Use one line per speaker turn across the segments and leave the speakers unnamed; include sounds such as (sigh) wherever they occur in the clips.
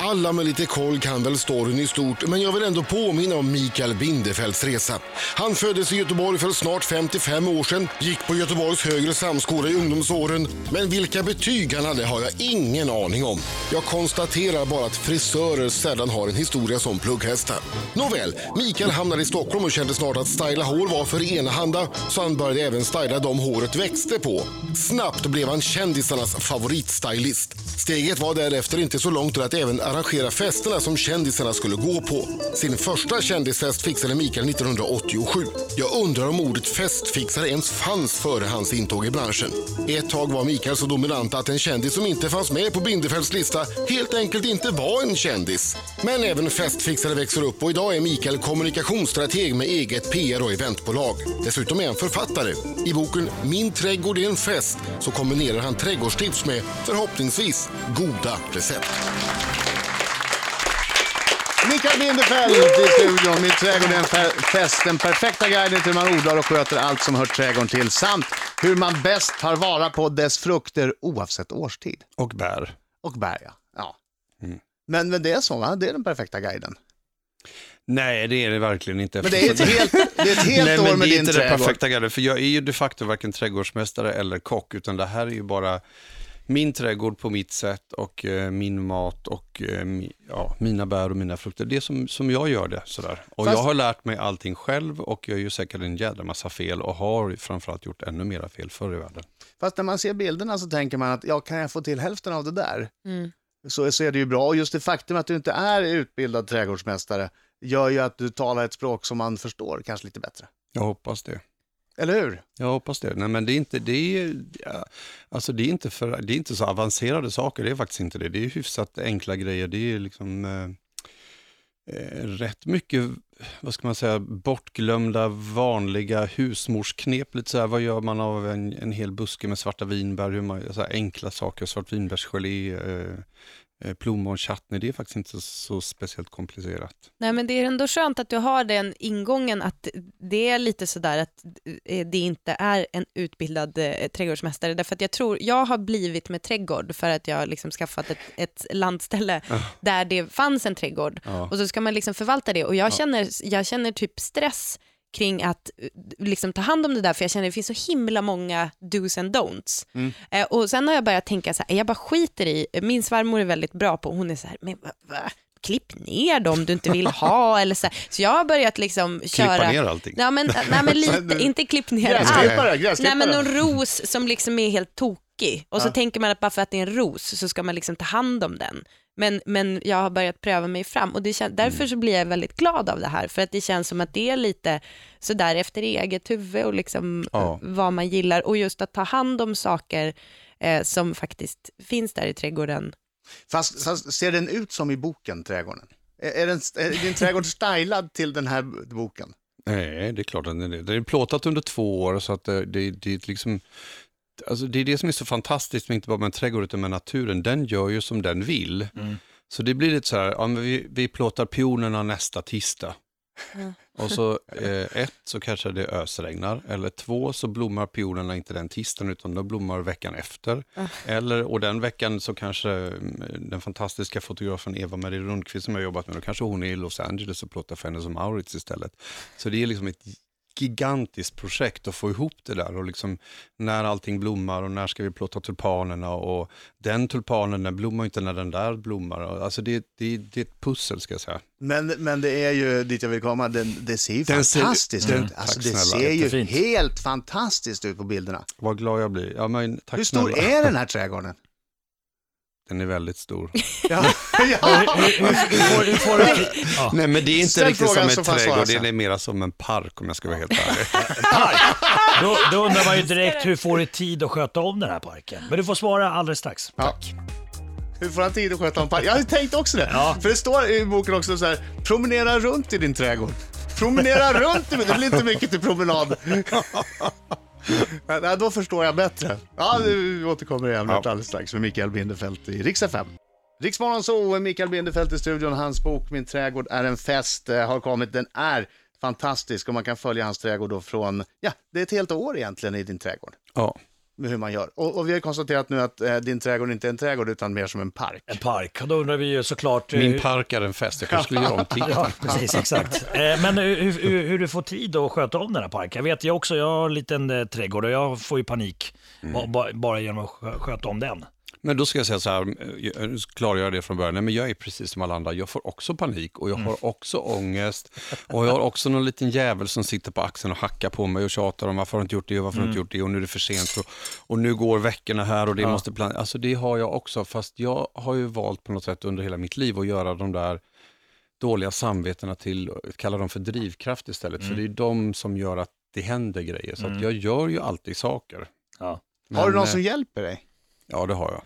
alla med lite koll kan väl storyn i stort, men jag vill ändå påminna om Mikael Bindefelds resa. Han föddes i Göteborg för snart 55 år sedan, gick på Göteborgs högre samskola i ungdomsåren. Men vilka betyg han hade har jag ingen aning om. Jag konstaterar bara att frisörer sällan har en historia som plugghästar. Nåväl, Mikael hamnade i Stockholm och kände snart att styla hår var för enahanda, så han började även styla de håret växte på. Snabbt blev han kändisarnas favoritstylist. Steget var därefter inte så långt till att även arrangera festerna som kändisarna skulle gå på. Sin första kändisfest fixade Mikael 1987. Jag undrar om ordet festfixare ens fanns före hans intåg i branschen. Ett tag var Mikael så dominant att en kändis som inte fanns med på Bindefelds lista helt enkelt inte var en kändis. Men även festfixare växer upp och idag är Mikael kommunikationsstrateg med eget PR och eventbolag. Dessutom är han författare. I boken Min trädgård är en fest så kombinerar han trädgårdstips med förhoppningsvis goda recept.
Mikael Bindefeld i studion. Min trädgård är en fe- fest. Den perfekta guiden till hur man odlar och sköter allt som hör trädgården till. Samt hur man bäst tar vara på dess frukter oavsett årstid.
Och bär.
Och bär ja. ja.
Mm.
Men, men det är så va? Det är den perfekta guiden.
Nej, det är det verkligen inte.
Men
(laughs)
det är ett helt, det är ett helt
Nej,
år med
men det är
din
inte det
trädgård.
perfekta gardet, för jag är ju de facto varken trädgårdsmästare eller kock, utan det här är ju bara min trädgård på mitt sätt och eh, min mat och eh, mi, ja, mina bär och mina frukter. Det är som, som jag gör det. Sådär. Och
Fast-
jag har lärt mig allting själv och jag gör säkert en jädra massa fel och har framförallt gjort ännu mera fel förr i världen.
Fast när man ser bilderna så tänker man att ja, kan jag få till hälften av det där? Så, så är det ju bra. Och just det faktum att du inte är utbildad trädgårdsmästare gör ju att du talar ett språk som man förstår kanske lite bättre.
Jag hoppas det.
Eller hur?
Jag hoppas det. Nej, men det är inte, det är, ja, alltså det är inte, för, det är inte så avancerade saker, det är faktiskt inte det. Det är hyfsat enkla grejer. Det är liksom eh, eh, rätt mycket, vad ska man säga, bortglömda vanliga husmorsknep. Lite så här, vad gör man av en, en hel buske med svarta vinbär? Hur man, så här, enkla saker, svart vinbärsgelé, eh, eh, plommonchutney. Det är faktiskt inte så, så speciellt komplicerat.
Nej, men det är ändå skönt att du har den ingången att det är lite sådär att eh, det inte är en utbildad eh, trädgårdsmästare. Därför att jag tror, jag har blivit med trädgård för att jag har liksom skaffat ett, ett landställe där det fanns en trädgård. Och så ska man liksom förvalta det. Och jag, känner, jag känner typ stress kring att eh, liksom ta hand om det där, för jag känner att det finns så himla många do's and don'ts. Eh, och sen har jag börjat tänka så här, jag bara skiter i, min svärmor är väldigt bra på, hon är så här, men va, va? klipp ner dem du inte
(laughs)
vill ha eller så. här. Så jag har börjat liksom köra...
ner allting?
Nej men, nej,
(laughs)
men lite, inte klipp ner
Gräsklippare,
allt.
gräsklippare.
Nej men någon ros som liksom är helt tokig och så tänker man att bara för att det är en ros så ska man liksom ta hand om den. Men, men jag har börjat pröva mig fram och det
Mm.
kän, därför så blir jag väldigt glad av det här för att det känns som att det är lite sådär efter eget huvud och liksom
Ja.
vad man gillar och just att ta hand om saker eh, som faktiskt finns där i trädgården.
Fast, fast ser den ut som i boken, trädgården? Är, är, den, är din trädgård stylad till den här boken?
Nej, det är klart att det är det. Det är plåtat under två år så att det, det, det är liksom... Alltså det är det som är så fantastiskt med inte bara med en trädgård utan med naturen. Den gör ju som den vill. Så det blir lite så här, ja, men vi, vi plåtar pionerna nästa tisdag. Och så eh, ett så kanske det ösregnar, eller två så blommar pionerna inte den tisdagen utan de blommar veckan efter.
Ah.
Eller, och den veckan så kanske mm, den fantastiska fotografen Eva-Marie Rundqvist som jag har jobbat med, då kanske hon är i Los Angeles och plåtar för henne som Maurits istället. Så det är liksom ett gigantiskt projekt att få ihop det där och liksom när allting blommar och när ska vi plåta tulpanerna och den tulpanen den blommar ju inte när den där blommar. Och Alltså det, det, det är ett pussel ska jag säga.
Men, men det är ju dit jag vill komma, den, det ser ju
Den ser-
fantastiskt
den-
ut. Alltså,
tack
det
snälla,
ser ju
jättefint.
helt fantastiskt ut på bilderna.
Vad glad jag blir. Ja, men, tack
Hur stor
snälla.
är den här
(laughs)
trädgården?
Den är väldigt stor.
Ja, ja.
Hur får, hur får du... ja.
Nej men det är inte
Ställ
riktigt som
frågan
en
så får jag svara
trädgård, det
sen.
är mera som en park om jag ska vara helt ärlig.
då, då undrar man ju direkt hur får du tid att sköta om den här parken? Men du får svara alldeles strax.
Hur får han tid att sköta om parken? Jag har tänkt också det. För det står i boken också så här, promenera runt i din trädgård. Promenera runt i min, det blir inte mycket till promenad. Men, ja, då förstår jag bättre. Ja, vi återkommer i ämnet
Ja.
alldeles strax med Mikael Bindefeld i Rix FM. Riksmorgon så Mikael Bindefeld i studion. Hans bok Min trädgård är en fest eh, har kommit. Den är fantastisk och man kan följa hans trädgård då från, ja, det är ett helt år egentligen i din trädgård.
Ja,
med hur man gör. Och, och vi har konstaterat nu att eh, din trädgård inte är en trädgård utan mer som en park.
En park. Och då undrar vi ju såklart... eh,
Min
hur-
park är en fest, jag kanske skulle göra om titeln.
(laughs) Ja, precis, exakt. Eh, Men hur, hur, hur du får tid att sköta om den här parken. Jag vet, jag också, jag har en liten eh, trädgård och jag får ju panik
Mm.
ba- ba, bara genom att skö- sköta om den.
Men då ska jag säga så här, eh, jag klargör det från början, Nej, men jag är precis som alla andra, jag får också panik och jag
Mm.
har också ångest och jag har också någon liten jävel som sitter på axeln och hackar på mig och tjatar om varför har du inte gjort det och varför har du
Mm.
inte gjort det och nu är det för sent och, och nu går veckorna här och det måste planeras. Alltså det har jag också, fast jag har ju valt på något sätt under hela mitt liv att göra de där dåliga samvetena till, kalla dem för drivkraft istället, för det
Mm.
är de som gör att det händer grejer. Så att jag gör ju alltid saker.
Ja.
har
Men,
du någon
eh,
som hjälper dig?
Ja, det har jag.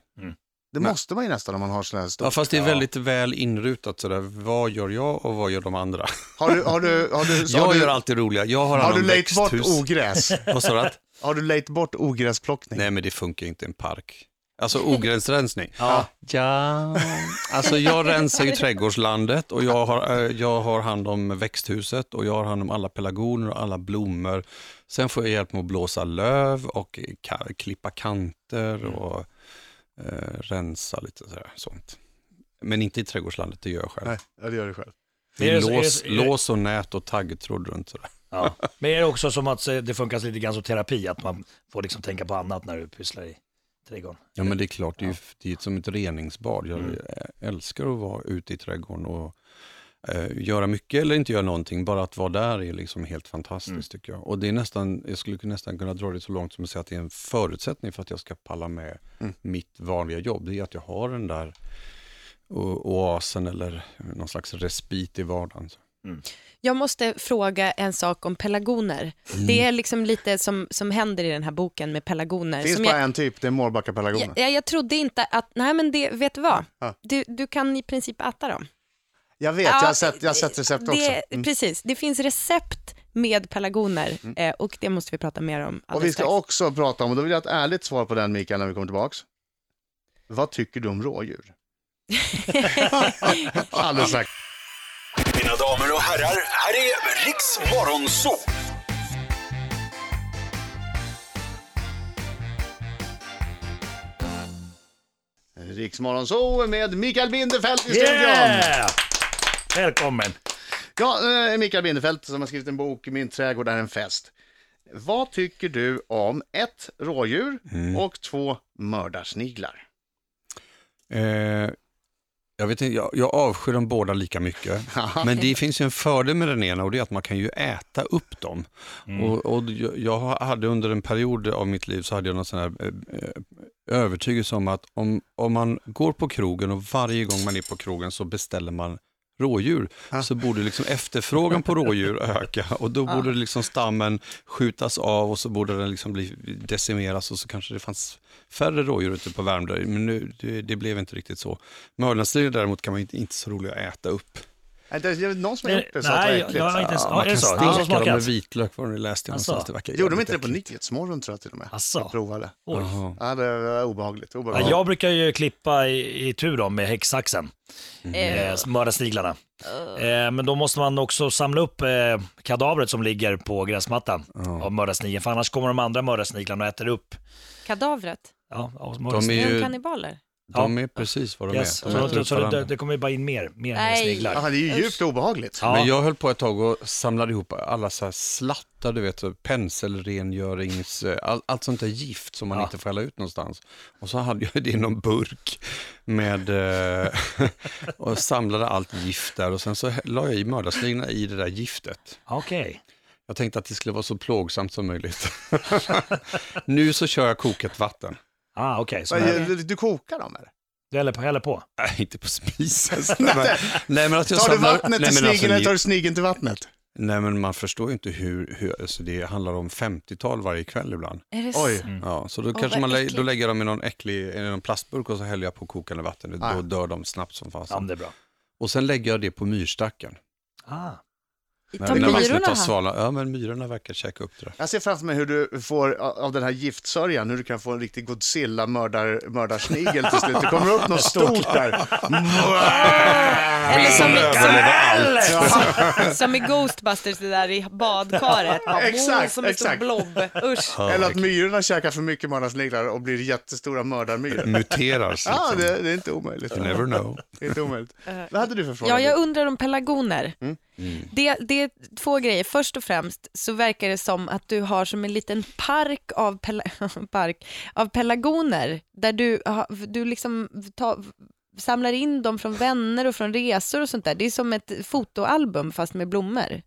Det måste man ju nästan om man har sådana här stora.
Ja, fast det är väldigt väl inrutat sådär. Vad gör jag och vad gör de andra?
Har du, har du, har du,
jag
har du,
gör alltid roliga. Jag har, hand
har
om
du lejt bort
växthus. (laughs)
ogräs?
Vad sa du
(laughs)
att?
Har du lejt bort ogräsplockning?
Nej, men det funkar inte i en park. Alltså ogränsrensning. Ja. ja. Alltså jag rensar ju trädgårdslandet och jag har, eh, jag har hand om växthuset och jag har hand om alla pelargoner och alla blommor. Sen får jag hjälp med att blåsa löv och ka- klippa kanter
Mm.
och eh, rensa lite sådär, sånt. Men inte i trädgårdslandet, det gör jag själv.
ja, det gör du själv.
Det är,
Är det så-
lås,
är det-
lås och nät och taggtråd runt sådär.
Ja. Men är det också som att eh, det funkar lite grann som terapi, att man får liksom tänka på annat när du pysslar i trädgården?
Ja men det är klart, det är, ju, det är som ett reningsbad. Jag älskar att vara ute i trädgården och eh, göra mycket eller inte göra någonting. Bara att vara där är liksom helt fantastiskt tycker jag. Och det är nästan, jag skulle nästan kunna dra det så långt som att säga att det är en förutsättning för att jag ska palla med mitt vanliga jobb. Det är att jag har den där o- oasen eller någon slags respit i vardagen.
Jag måste fråga en sak om pelargoner.
Mm.
Det är liksom lite som, som händer i den här boken med pelargoner.
Det finns
som
bara
jag, eh,
en typ, det är Mårbackapelargoner.
jag, jag trodde inte att, nej men det, vet du vad?
Ja.
Du, du kan i princip äta dem.
Jag vet, jag har sett, jag har sett recept
det,
också. Mm.
Precis, det finns recept med pelargoner eh, och det måste vi prata mer
Och
om
vi
alldeles
ska
strax.
också prata om, och då vill jag ha ett ärligt svar på den Mikael när vi kommer tillbaks. Vad tycker du om rådjur? Alldeles strax.
Mina damer och herrar, här är Riks Morgonzoo!
Riksmorgon så med Mikael Bindefeldt i studion.
Yeah! Välkommen!
Ja, eh, Mikael Bindefeldt som har skrivit en bok, Min trädgård är en fest. Vad tycker du om ett rådjur och två mördarsniglar?
Eh, jag, vet inte, jag, jag avskyr dem båda lika mycket. Men det finns ju en fördel med den ena och det är att man kan ju äta upp dem. Och, och jag- jag hade under en period av mitt liv så hade jag någon sån här eh, eh, övertygelse om att om, om man går på krogen och varje gång man är på krogen så beställer man rådjur, så borde liksom efterfrågan på rådjur öka och då borde liksom stammen skjutas av och så borde den liksom bli, decimeras och så kanske det fanns färre rådjur ute på Värmdö, men nu, det, det blev inte riktigt så. Mördarsniglar däremot kan man ju inte, inte så roliga att äta upp.
Nej, Äh, det- jag vet Någon som har gjort
Nej,
det så att det var
jag,
äckligt.
jag har inte ens...
man
Ja, är
kan
det så? Har du
steka dem
smakat?
med vitlök, var det läste jag
Alltså.
någonstans. Det verkar
Gjorde de
jävligt
inte det på
äckligt.
Nyhetsmorgon tror jag till och med?
Asså.
Jag provade.
Alltså, Oj.
Jaha.
Ja, det var obehagligt. obehagligt.
Ja, jag brukar ju klippa i, i tur dem med häcksaxen,
Eh,
eh, mörda sniglarna. Eh, men då måste man också samla upp eh, kadavret som ligger på gräsmattan av mördarsnigeln, för annars kommer de andra mördarsniglarna och äter upp.
kadavret,
Ja, av
De
mördarsnigeln.
är
är
de
ju,
kannibaler?
de är precis vad de
Yes.
är.
Så,
De äter
så,
upp
så det,
varandra.
det kommer ju bara in mer, mer
Nej.
sniglar.
Ja, det är ju djupt obehagligt.
Ja.
Men jag höll på ett tag och samlade ihop alla så här slattar, du vet, så penselrengörings, eh, all, allt sånt där gift som man inte får hälla ut någonstans. Och så hade jag det i någon burk med, eh, (laughs) och samlade allt gift där och sen så hä- la jag i mördarsniglarna i det där giftet.
Okej.
Jag tänkte att det skulle vara så plågsamt som möjligt. (laughs) nu så kör jag kokat vatten.
Ah, okej. Så
Vad
här-
gör Du, du kokar dem eller?
Du häller på, häller på.
Nej, inte på spisen. nej,
(laughs)
men, nej, men att jag
Tar du
samlar-
vattnet till
nej, men
snigeln
alltså,
eller
ni-
tar du snigeln till vattnet?
Nej, men man förstår ju inte hur, hur alltså det handlar om 50-tal varje kväll ibland.
Är det
Oj.
så?
Ja, så då kanske
vad
man lä-
äckligt.
då lägger jag dem i någon äcklig i någon plastburk och så häller jag på kokande vatten. Då
Ah.
dör de snabbt som
Ja, men
fasen.
det är bra.
Och sen lägger jag det på myrstacken.
Ah.
Tar
Innan man
myrorna
slutar
här?
svala. Ja, men myrorna verkar käka upp det där.
Jag ser framför mig hur du får a- av den här giftsörjan, hur du kan få en riktig Godzilla-mördarsnigel till slut. Det kommer upp
(laughs)
något stort där.
Ah! Eller som i,
Ja,
(laughs) som i Ghostbusters, det där i badkaret. Bara,
Exakt,
oh, som en stor
exakt.
blob. Usch.
Eller att myrorna käkar för mycket mördarsniglar och blir jättestora mördarmyror.
Muteras.
Ja,
Liksom.
det, det är inte omöjligt.
You never know.
Det är inte omöjligt. Vad hade du för fråga?
Eh, Ja, jag undrar om pelargoner.
Mm.
Det, det är två grejer. Först och främst så verkar det som att du har som en liten park av, pela- (laughs) park, av pelargoner där du, har- du liksom ta, samlar in dem från vänner och från resor och sånt där. Det är som ett fotoalbum fast med blommor.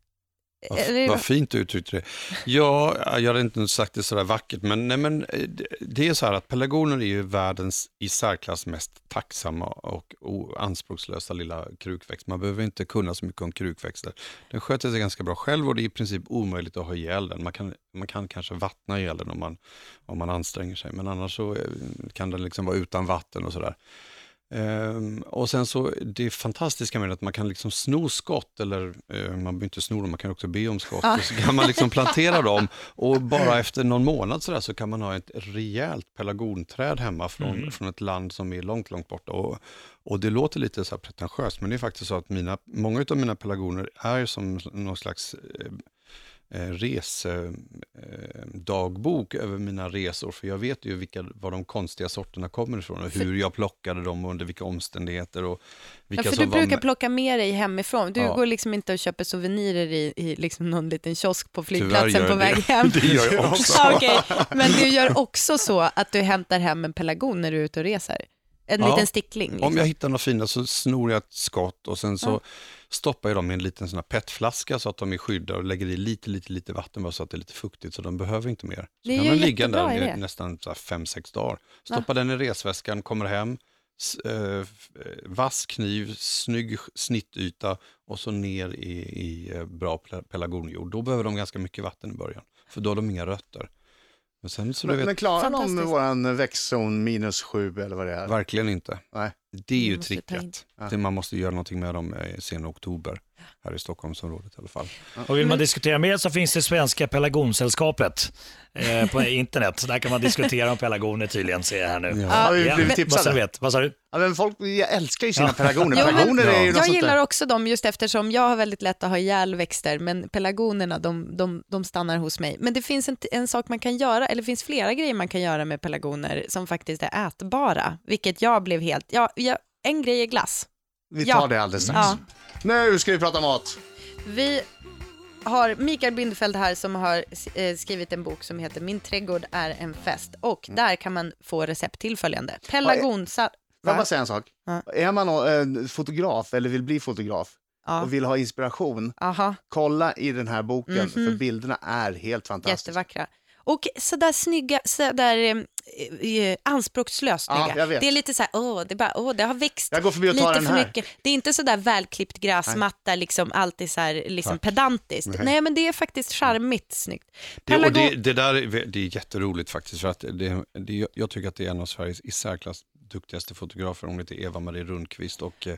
Vad,
Eller-
vad fint du uttryckte det. Ja, jag hade inte sagt det sådär vackert, men, nej, men eh, det- det är så här att pelargoner är ju världens i särklass mest tacksamma och o- anspråkslösa lilla krukväxt. Man behöver inte kunna så mycket om krukväxter. Den sköter sig ganska bra själv och det är i princip omöjligt att ha ihjäl den. Man kan, man kan kanske vattna ihjäl den om man, om man anstränger sig, men annars så eh, kan den liksom vara utan vatten och sådär. Ehm, och sen så det fantastiska med det är att man kan liksom sno skott, eller eh, man behöver inte sno dem, man kan också be om skott. Och så kan man liksom plantera dem och bara efter någon månad så, där, så kan man ha ett rejält pelargonträd hemma från, från ett land som är långt, långt borta. Och, och det låter lite så här pretentiöst, men det är faktiskt så att mina, många av mina pelargoner är som någon slags eh, resedagbok över mina resor, för jag vet ju vilka, var de konstiga sorterna kommer ifrån och hur jag plockade dem och under vilka omständigheter och
Ja,
vilka
för du
som var
brukar
med.
plocka med dig hemifrån. Du
Ja.
går liksom inte och köper souvenirer i, i liksom någon liten kiosk på
gör
flygplatsen
jag det.
på väg hem.
(laughs) Det gör jag
(laughs)
också.
Ja, okej. Men du gör också så att du hämtar hem en pelargon när du är ute och reser. En
Ja.
liten stickling. Liksom.
Om jag hittar några fina så snor jag ett skott och sen så stoppar jag dem i en liten sån här petflaska så att de är skyddade och lägger i lite, lite, lite vatten bara så att det är lite fuktigt så de behöver inte mer. Så
Det är
kan
ju
den
en
ligga
jättebra
där i
idé.
nästan 5-6 dagar. Stoppa den i resväskan, kommer hem, s- eh, f- eh, vass kniv, snygg snittyta och så ner i, i eh, bra pela- pelargonjord. Då behöver de ganska mycket vatten i början, för då har de inga rötter. Men sen så du
Men,
vet,
men klarar någon med
Fantastiskt.
våran växtzon minus sju eller vad det är?
verkligen inte.
Nej.
Det är ju
måste ta in.
tricket. Det- Man måste göra någonting med dem eh, sen i oktober, här i Stockholmsområdet i alla fall.
Och vill man diskutera mer så finns det Svenska Pelargonsällskapet eh, på internet. Där kan man diskutera om pelargoner tydligen, ser jag här nu.
Ja, vi
Ja,
blev
men- Vad sa du
tipsade.
vet? Vad sa du?
Ja, men folk jag älskar ju sina
Ja.
pelargoner.
Jo, men
Pelargoner är ju något
jag
sånt
gillar
där.
också dem just eftersom jag har väldigt lätt att ha ihjäl växter men pelargonerna de, de, de stannar hos mig. Men det finns en, en sak man kan göra, eller det finns flera grejer man kan göra med pelargoner som faktiskt är ätbara, vilket jag blev helt... Ja, jag, en grej är glass.
Vi
Ja.
tar det alldeles strax.
Ja.
Nu ska vi prata mat.
Vi har Mikael Bindefeld här som har eh, skrivit en bok som heter Min trädgård är en fest och där kan man få recept till följande. Pelargonsa...
Mm. Får
Va?
jag bara säga en sak?
Ja.
Är man en fotograf eller vill bli fotograf
Ja.
och vill ha inspiration,
Aha.
kolla i den här boken
Mhm.
för bilderna är helt fantastiska.
Jättevackra. Och sådär snygga, sådär eh, eh, anspråkslöst
Ja,
snygga.
jag vet.
det är lite såhär, åh, det, är bara, åh, det har växt
Jag går förbi och tar
lite
den
för
här.
mycket. Det är inte sådär välklippt gräsmatta, liksom, allt är såhär, liksom pedantiskt. Nej. men det är faktiskt charmigt snyggt.
Det, och det,
Pelargon-
det där är, det är jätteroligt faktiskt, för att det, det, jag tycker att det är en av Sveriges i särklass duktigaste fotografer, hon heter Eva-Marie Rundqvist och eh,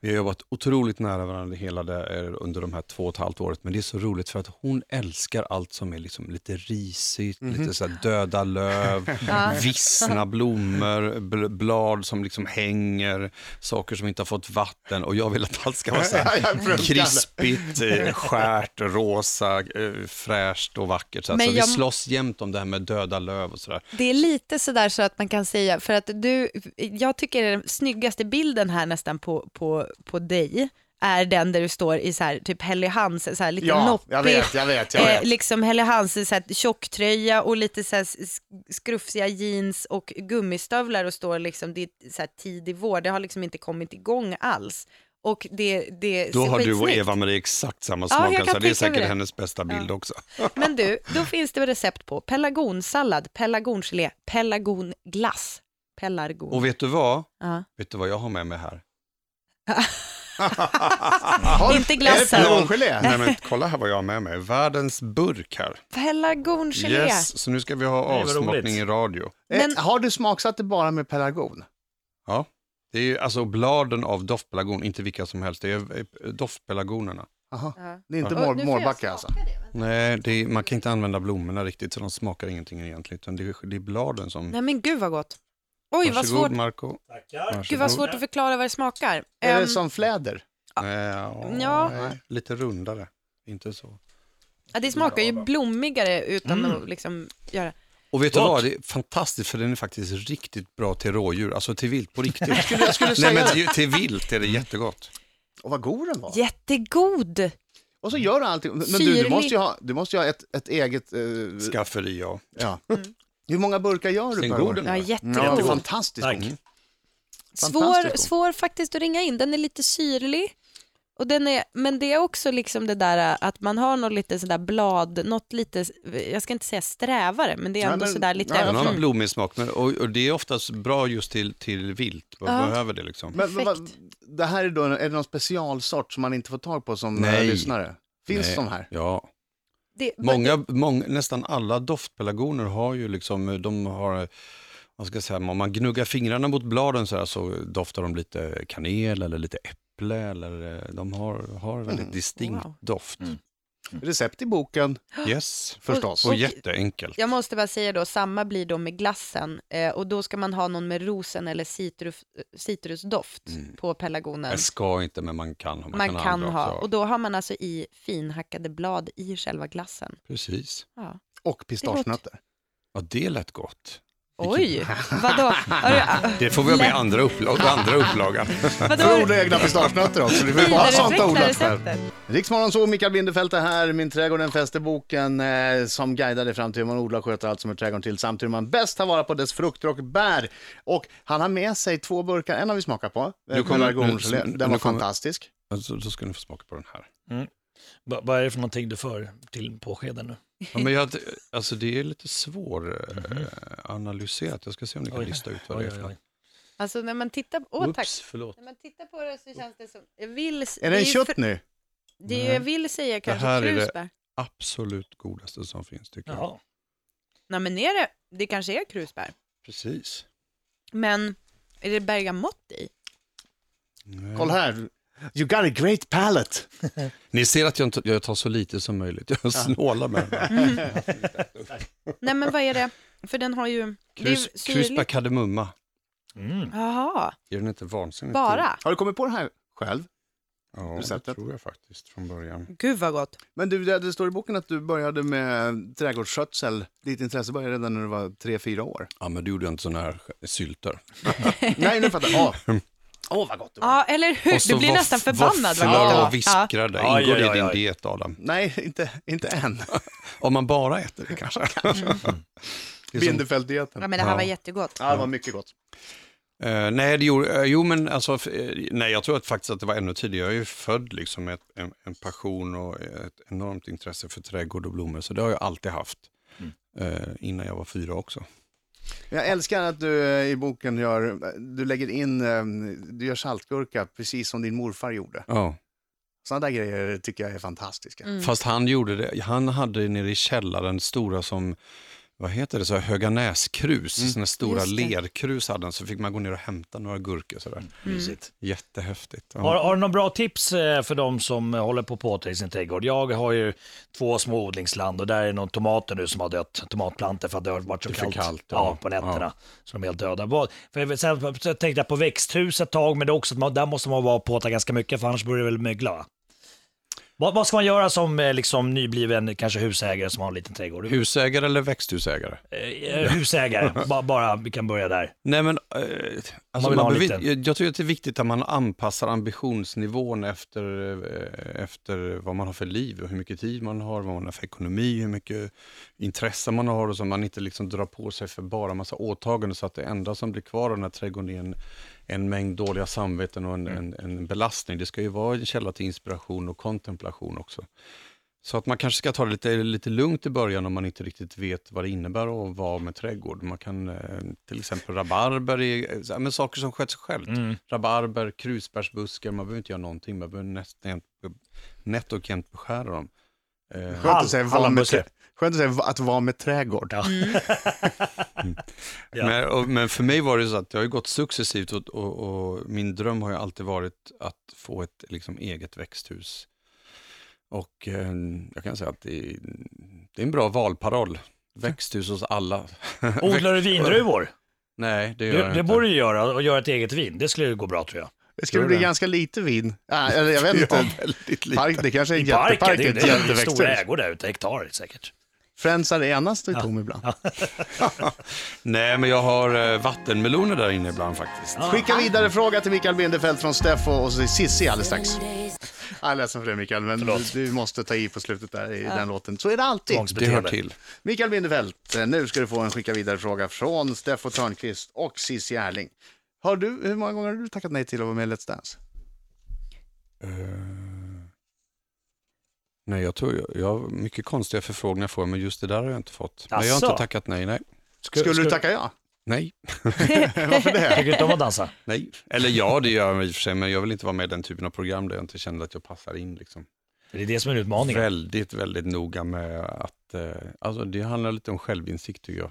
vi har jobbat otroligt nära varandra hela det, eh, under de här två och ett halvt året, men det är så roligt för att hon älskar allt som är liksom lite risigt, lite så här döda löv, vissna blommor, bl- blad som liksom hänger, saker som inte har fått vatten och jag vill att allt ska vara så här
Jag är fruktande.
krispigt, eh, skärt, rosa, eh, fräscht och vackert. Så, här.
Men
så
jag-
Alltså, vi slåss jämt om det här med döda löv och sådär.
Det är lite sådär så att man kan säga, för att du, jag tycker den snyggaste bilden här nästan på, på, på dig är den där du står i så här, typ Helly Hans, så här lite
Ja,
noppig,
jag vet, jag vet, jag
eh,
vet.
liksom Helly Hans i så här tjocktröja och lite så här s- skrufsiga jeans och gummistövlar och står liksom, det är så här tidig vår, det har liksom inte kommit igång alls. Och det, det
Då
ser
har du och
skitsnyggt.
Eva-Marie exakt samma
Ja, jag
smak, så det
kan
är
tänka mig
säkert
det.
hennes bästa bild också.
Men du, då finns det recept på pelargonsallad, pelargongelé, pelargonglass, pelargon.
Och vet du vad?
Ja.
Vet du vad jag har med mig här?
Har-
Inte
Är det
glassen.
pelargongelé?
Nej men kolla här vad jag har med mig, världens burk här.
Pelargongelé.
Yes, så nu ska vi ha
Nej, vad
avsmakning
roligt.
i radio.
Men-
Eh, Har du smaksatt det bara med pelargon?
Ja, det är ju alltså bladen av doftpelargon, inte vilka som helst, det är eh, doftpelargonerna.
Aha.
Ja.
Det är inte
Och
mål,
nu får jag
målback
smaka
alltså?
det, vänta.
Nej, det är, man kan inte använda blommorna riktigt så de smakar ingenting egentligen. Utan det, är, det är bladen som...
Nej men gud vad gott. Oj vad
Varsågod
svårt,
Marco.
Tackar.
gud vad svårt att förklara vad det smakar.
Är det
Ehm,
som fläder?
Eh,
Ja.
nej, Lite rundare, inte så.
ja, det smakar ju blommigare utan
Mm.
att liksom göra...
Och vet du
Gott.
vad, det är fantastiskt för den är faktiskt riktigt bra till rådjur, alltså till vilt på riktigt.
Jag skulle
Nej
säga
men
det.
till, till vilt är det jättegott.
Och vad god den var.
Jättegod!
Och så gör du allting. Men du, du
Syrlig.
måste ju ha, du måste ju ha ett, ett eget... Eh,
Skafferi ja.
ja.
Mm.
Hur många burkar gör du
Sen
per
god
år?
den
Ja,
var.
Ja, det är
jättegod.
fantastiskt
Tack.
god.
Svår,
fantastiskt god.
svår faktiskt att ringa in, den är lite syrlig. Och den är, men det är också liksom det där äh, att man har något lite sådär blad, något lite, jag ska inte säga strävare, men det är
Nej,
ändå
men-
sådär lite...
ja,
Den har en
mm.
blommig smak men- och, och det är oftast bra just till, till vilt, man
Ja.
behöver det liksom.
Men, men vad-
Perfekt.
det här är då, en- är det någon specialsort som man inte får tag på som
Nej.
eh, lyssnare? Finns
Nej,
de här?
Ja,
Det,
många, många, nästan alla doftpelargoner har ju liksom, de har, vad ska jag säga, om man gnuggar fingrarna mot bladen så här så doftar de lite kanel eller lite äpple eller eh, de har, har väldigt distinkt
Mm, Wow. Mm.
doft.
Recept i boken,
Mm.
Yes,
förstås.
och jätteenkelt.
Jag måste bara säga då, samma blir då med glassen eh, och då ska man ha någon med rosen eller citrus, eh, citrusdoft på pelargonen.
Jag ska inte men man kan ha.
Man kan,
andra
ha,
också.
och då har man alltså i finhackade blad i själva glassen.
Precis.
Ja.
och pistagenötter.
Ja, det lät gott.
Oj, vadå? Har du-
Det får vi ha med i
Lätt.
andra,
(laughs)
upplag, andra upplagan.
vadå?
Du odlar egna pistagenötter också, du får ju bara ha sånt
Vidareutveckla
odlat själv.
receptet.
Riksmorgon så, Mikael Bindefeld är här, Min trädgård, den fäster boken eh, som guidar dig fram till hur man odlar och sköter allt som är trädgården till samt hur man bäst tar vara på dess frukter och bär. Och han har med sig två burkar, en har vi smakat på,
Nu
eh,
kommer-
pelargongelé.
nu- nu
den var
kommer-
fantastisk.
Alltså, då ska ni få smaka på den här.
Va- Vad är det för någonting du för till påskeden nu?
Ja, men jag, alltså, det är lite svåranalyserat. Jag ska se om ni kan
Oj.
lista ut vad det
Oj,
är för
oj, oj.
något.
Alltså när man tittar, åh, tack.
Oops, förlåt.
När man tittar på det så känns det som, jag vill,
Är det en
ju
kött
för-
nu?
Det är ju- jag vill säga
här
kanske
är det.
krusbär.
Absolut godaste som finns tycker jag.
Jaha.
Nej men är det, det kanske är krusbär.
Precis.
Men är det bergamott i?
Kolla här, you got a great palate.
Ni ser att jag, inte, jag tar så lite som möjligt. Jag snålar med
Mm.
den. här.
Nej men vad är det? För den har ju... det är ju
Krus,
syrligt.
krusbär kardemumma.
Mm.
Jaha,
Är den inte vansinnigt god?
bara?
Har du kommit på det här själv?
Ja, det
Receptet.
tror jag faktiskt från början.
Gud vad gott.
Men du, det det står i boken att du började med trädgårdsskötsel. Ditt intresse började redan när du var 3-4 år.
Ja, men du gjorde inte sådana här sylter.
Nej, nu fattar jag. Åh, Åh, vad gott det var.
Ja, eller
Och
hur?
så
(laughs) Du blir
våff-
nästan förbannad. vad gott det
Våfflor
var.
och viskrade,
Ja.
ingår
Aj,
det
aj,
i din
aj.
diet Adam?
Nej, inte, inte än.
Om man bara äter det (laughs) kanske? Mm. Det är som-
Ja.
Bindefelddieten.
ja, men det här var
Ja.
jättegott.
Ja, det var mycket gott.
Eh, nej, det gjorde, eh, jo men alltså, f- eh, nej jag tror att faktiskt att det var ännu tidigare. Jag är ju född liksom med ett, en, en passion och ett enormt intresse för trädgård och blommor, så det har jag alltid haft. Eh, innan jag var fyra också.
Jag älskar att du eh, i boken gör, du lägger in, eh, du gör saltgurka precis som din morfar gjorde.
Ja.
Sådana där grejer tycker jag är fantastiska.
Mm. Fast han gjorde det, han hade nere i källaren stora som, vad heter det, så här, höga näskrus, såna stora
Just det.
lerkrus hade han, så fick man gå ner och hämta några gurkor sådär.
Mysigt.
Jättehäftigt. Ja.
Har, har du några bra tips eh, för de som eh, håller på och påtar i sin trädgård? Jag har ju två små odlingsland och där är någon tomater nu som har dött. Tomatplantor för att det har varit så
Det är för
kallt,
kallt,
ja.
ja.
på nätterna. Så de är helt döda. Vad- För jag vet- sen så tänkte jag på växthus ett tag, men det är också, att man- där måste man vara och påta ganska mycket för annars börjar det väl mögla. va? Vad, vad ska man göra som eh, liksom, nybliven kanske husägare som har en liten trädgård?
Husägare eller växthusägare? (laughs)
Eh, husägare, bara, bara, vi kan börja där.
Nej men, eh, alltså
vill
man
ha en
bevi-
liten.
jag, jag tycker att det är viktigt att man anpassar ambitionsnivån efter, eh, efter vad man har för liv och hur mycket tid man har, vad man har för ekonomi, hur mycket intresse man har och så man inte liksom drar på sig för bara massa åtaganden så att det enda som blir kvar av den här trädgården är en, en mängd dåliga samveten och en,
Mm.
en, en belastning. Det ska ju vara en källa till inspiration och kontemplation också. Så att man kanske ska ta det lite, lite lugnt i början om man inte riktigt vet vad det innebär att vara med trädgård. Man kan eh, till exempel rabarber, är, eh, så här, men saker som sköts självt. Rabarber, krusbärsbuskar, man behöver inte göra någonting, man behöver nästan nätt och jämnt beskära dem. Eh,
Skönt att säga,
Hall-
vara med,
hallonbuske.
trä- skönt att, säga va- att vara med trädgård.
Ja.
men, och, men för mig var det så att det har ju gått successivt och, och, och min dröm har ju alltid varit att få ett liksom, eget växthus. Och eh, jag kan säga att det är, det är en bra valparoll. Växthus hos
(laughs)
alla.
Odlar du vindruvor?
(laughs) Nej, det gör jag
Det, det
inte.
borde du göra, och göra ett eget vin. Det skulle gå bra tror jag.
Det skulle bli ganska lite vin. Äh, eller jag vet inte.
Väldigt lite.
Park, det kanske är en
I parken,
jättepark,
det,
ett
det är
jätteväxthus.
stora ägor där ute, hektar säkert.
Friends Arena står ju tom ibland.
Nej, men jag har eh, vattenmeloner där inne ibland faktiskt.
Skicka vidare fråga till Mikael Bindefeld från Steffo och så är Cissi alldeles strax. Jag är ledsen för det Mikael, men du, du måste ta i på slutet där i den låten. Så är det alltid.
Det hör
Tvångsbeteende.
till.
Mikael Bindefeld, eh, nu ska du få en skicka vidare fråga från Steffo Törnqvist och Cissi Erling. Har du, hur många gånger har du tackat nej till att vara med i Let's Dance?
Eh, Nej, jag tror jag, jag har mycket konstiga förfrågningar får jag, men just det där har jag inte fått. Men jag har
Asså?
inte tackat nej, nej.
Skulle du tacka ja?
Nej,
Varför det?
Tycker inte om att dansa?
nej. Eller ja, det gör jag i och för sig, men jag vill inte vara med i den typen av program där jag inte känner att jag passar in. Liksom.
Det är det som är utmaningen.
Väldigt, väldigt noga med att, eh, alltså det handlar lite om självinsikt tycker jag.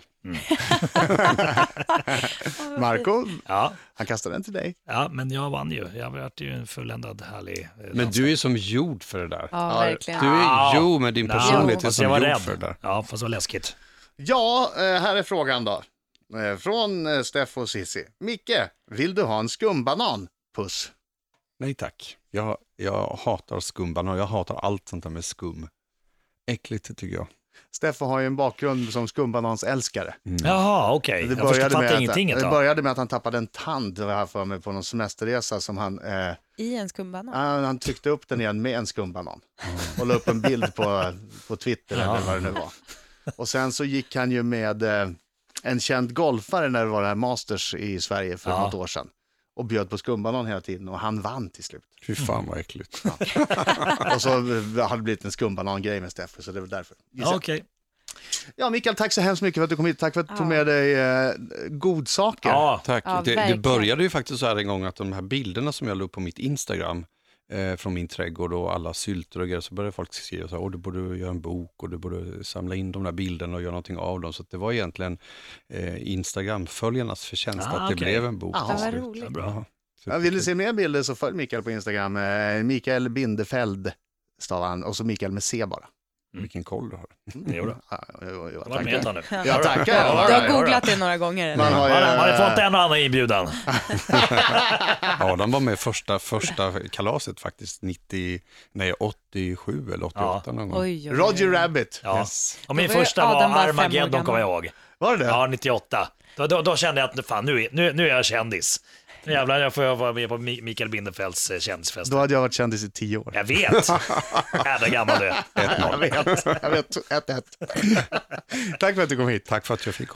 Marco,
Ja,
han kastar den till dig.
ja, men jag vann ju. Jag vart ju en fulländad härlig eh,
Men
dansare.
du är som gjord för det där.
Ja, verkligen.
Du är, jo, men din
Nej,
personlighet är
fast
som
jag var
gjord
rädd.
för det där.
Ja, fast det var läskigt.
Ja, eh, här är frågan då. Eh, Från eh, Steffo och Cissi. Micke, vill du ha en skumbanan? Puss.
Nej tack. Jag, jag hatar skumbanan. Jag hatar allt sånt där med skum. Äckligt tycker jag.
Steffo har ju en bakgrund som skumbanansälskare.
Jaha, okej.
Det
Jag förstår,
började,
fattar
med att,
ingenting ett
det
tag.
började med att han tappade en tand, har jag för mig, på någon semesterresa som han, eh,
I en skumbanan.
han, han tryckte upp den igen med en skumbanan. Och la upp en bild på, på Twitter eller vad det nu var. Och sen så gick han ju med eh, en känd golfare när det var det här Masters i Sverige för
Ja.
något år sedan. Och bjöd på skumbanan hela tiden och han vann till slut.
Fy
Mm.
fan vad äckligt.
Och så har det blivit en skumbanan-grej med Steffo, så det var därför.
Ja, Okej.
Ja, Mikael, tack så hemskt mycket för att du kom hit. Tack för att du tog
Ja.
med dig eh, godsaker.
Ja,
Tack.
Ja,
det, det
verkligen.
började ju faktiskt så här en gång att de här bilderna som jag la upp på mitt Instagram eh, från min trädgård och alla sylter och grejer så började folk skriva så här, "Åh, du borde göra en bok och du borde samla in de där bilderna och göra någonting av dem. Så att det var egentligen eh, Instagram-följarnas förtjänst
Ah,
att det
okej.
blev en bok.
Ah,
till
vad
slut.
roligt.
Ja,
Ja, vill ni se mer bilder så följ Mikael på Instagram. Eh, Mikael Bindefeld stavar han och så Mikael med C bara.
Mm. Vilken koll du har.
jo då.
Ja, jo, jo,
Jag var med
tackar.
ett nu.
Ja.
Jag tackar.
Du
Ja, ja,
har
ja.
googlat det några gånger.
Man
Eller?
har ju,
Man har ju fått
eh,
en och annan inbjudan.
Adam var med första, första kalaset faktiskt, 90, nej, 87 eller 88 någon gång.
Oj, oj, oj.
Roger Rabbit.
Ja. Och min
Då var ju
första var
Adam bara fem år
Armageddon
gammal.
kommer jag ihåg.
Var det det?
Ja, 98. Då, då, då kände jag att fan, nu, är- nu, nu är jag kändis. Nu jävlar, jag får jag vara med på Mi- Mikael Bindefelds eh, kändisfest.
Då hade jag varit kändis i tio år.
Jag vet. Jävla gammal du är. (laughs)
Jag vet, jag vet. Ett, ett. Tack för att du kom hit.
Tack för att jag fick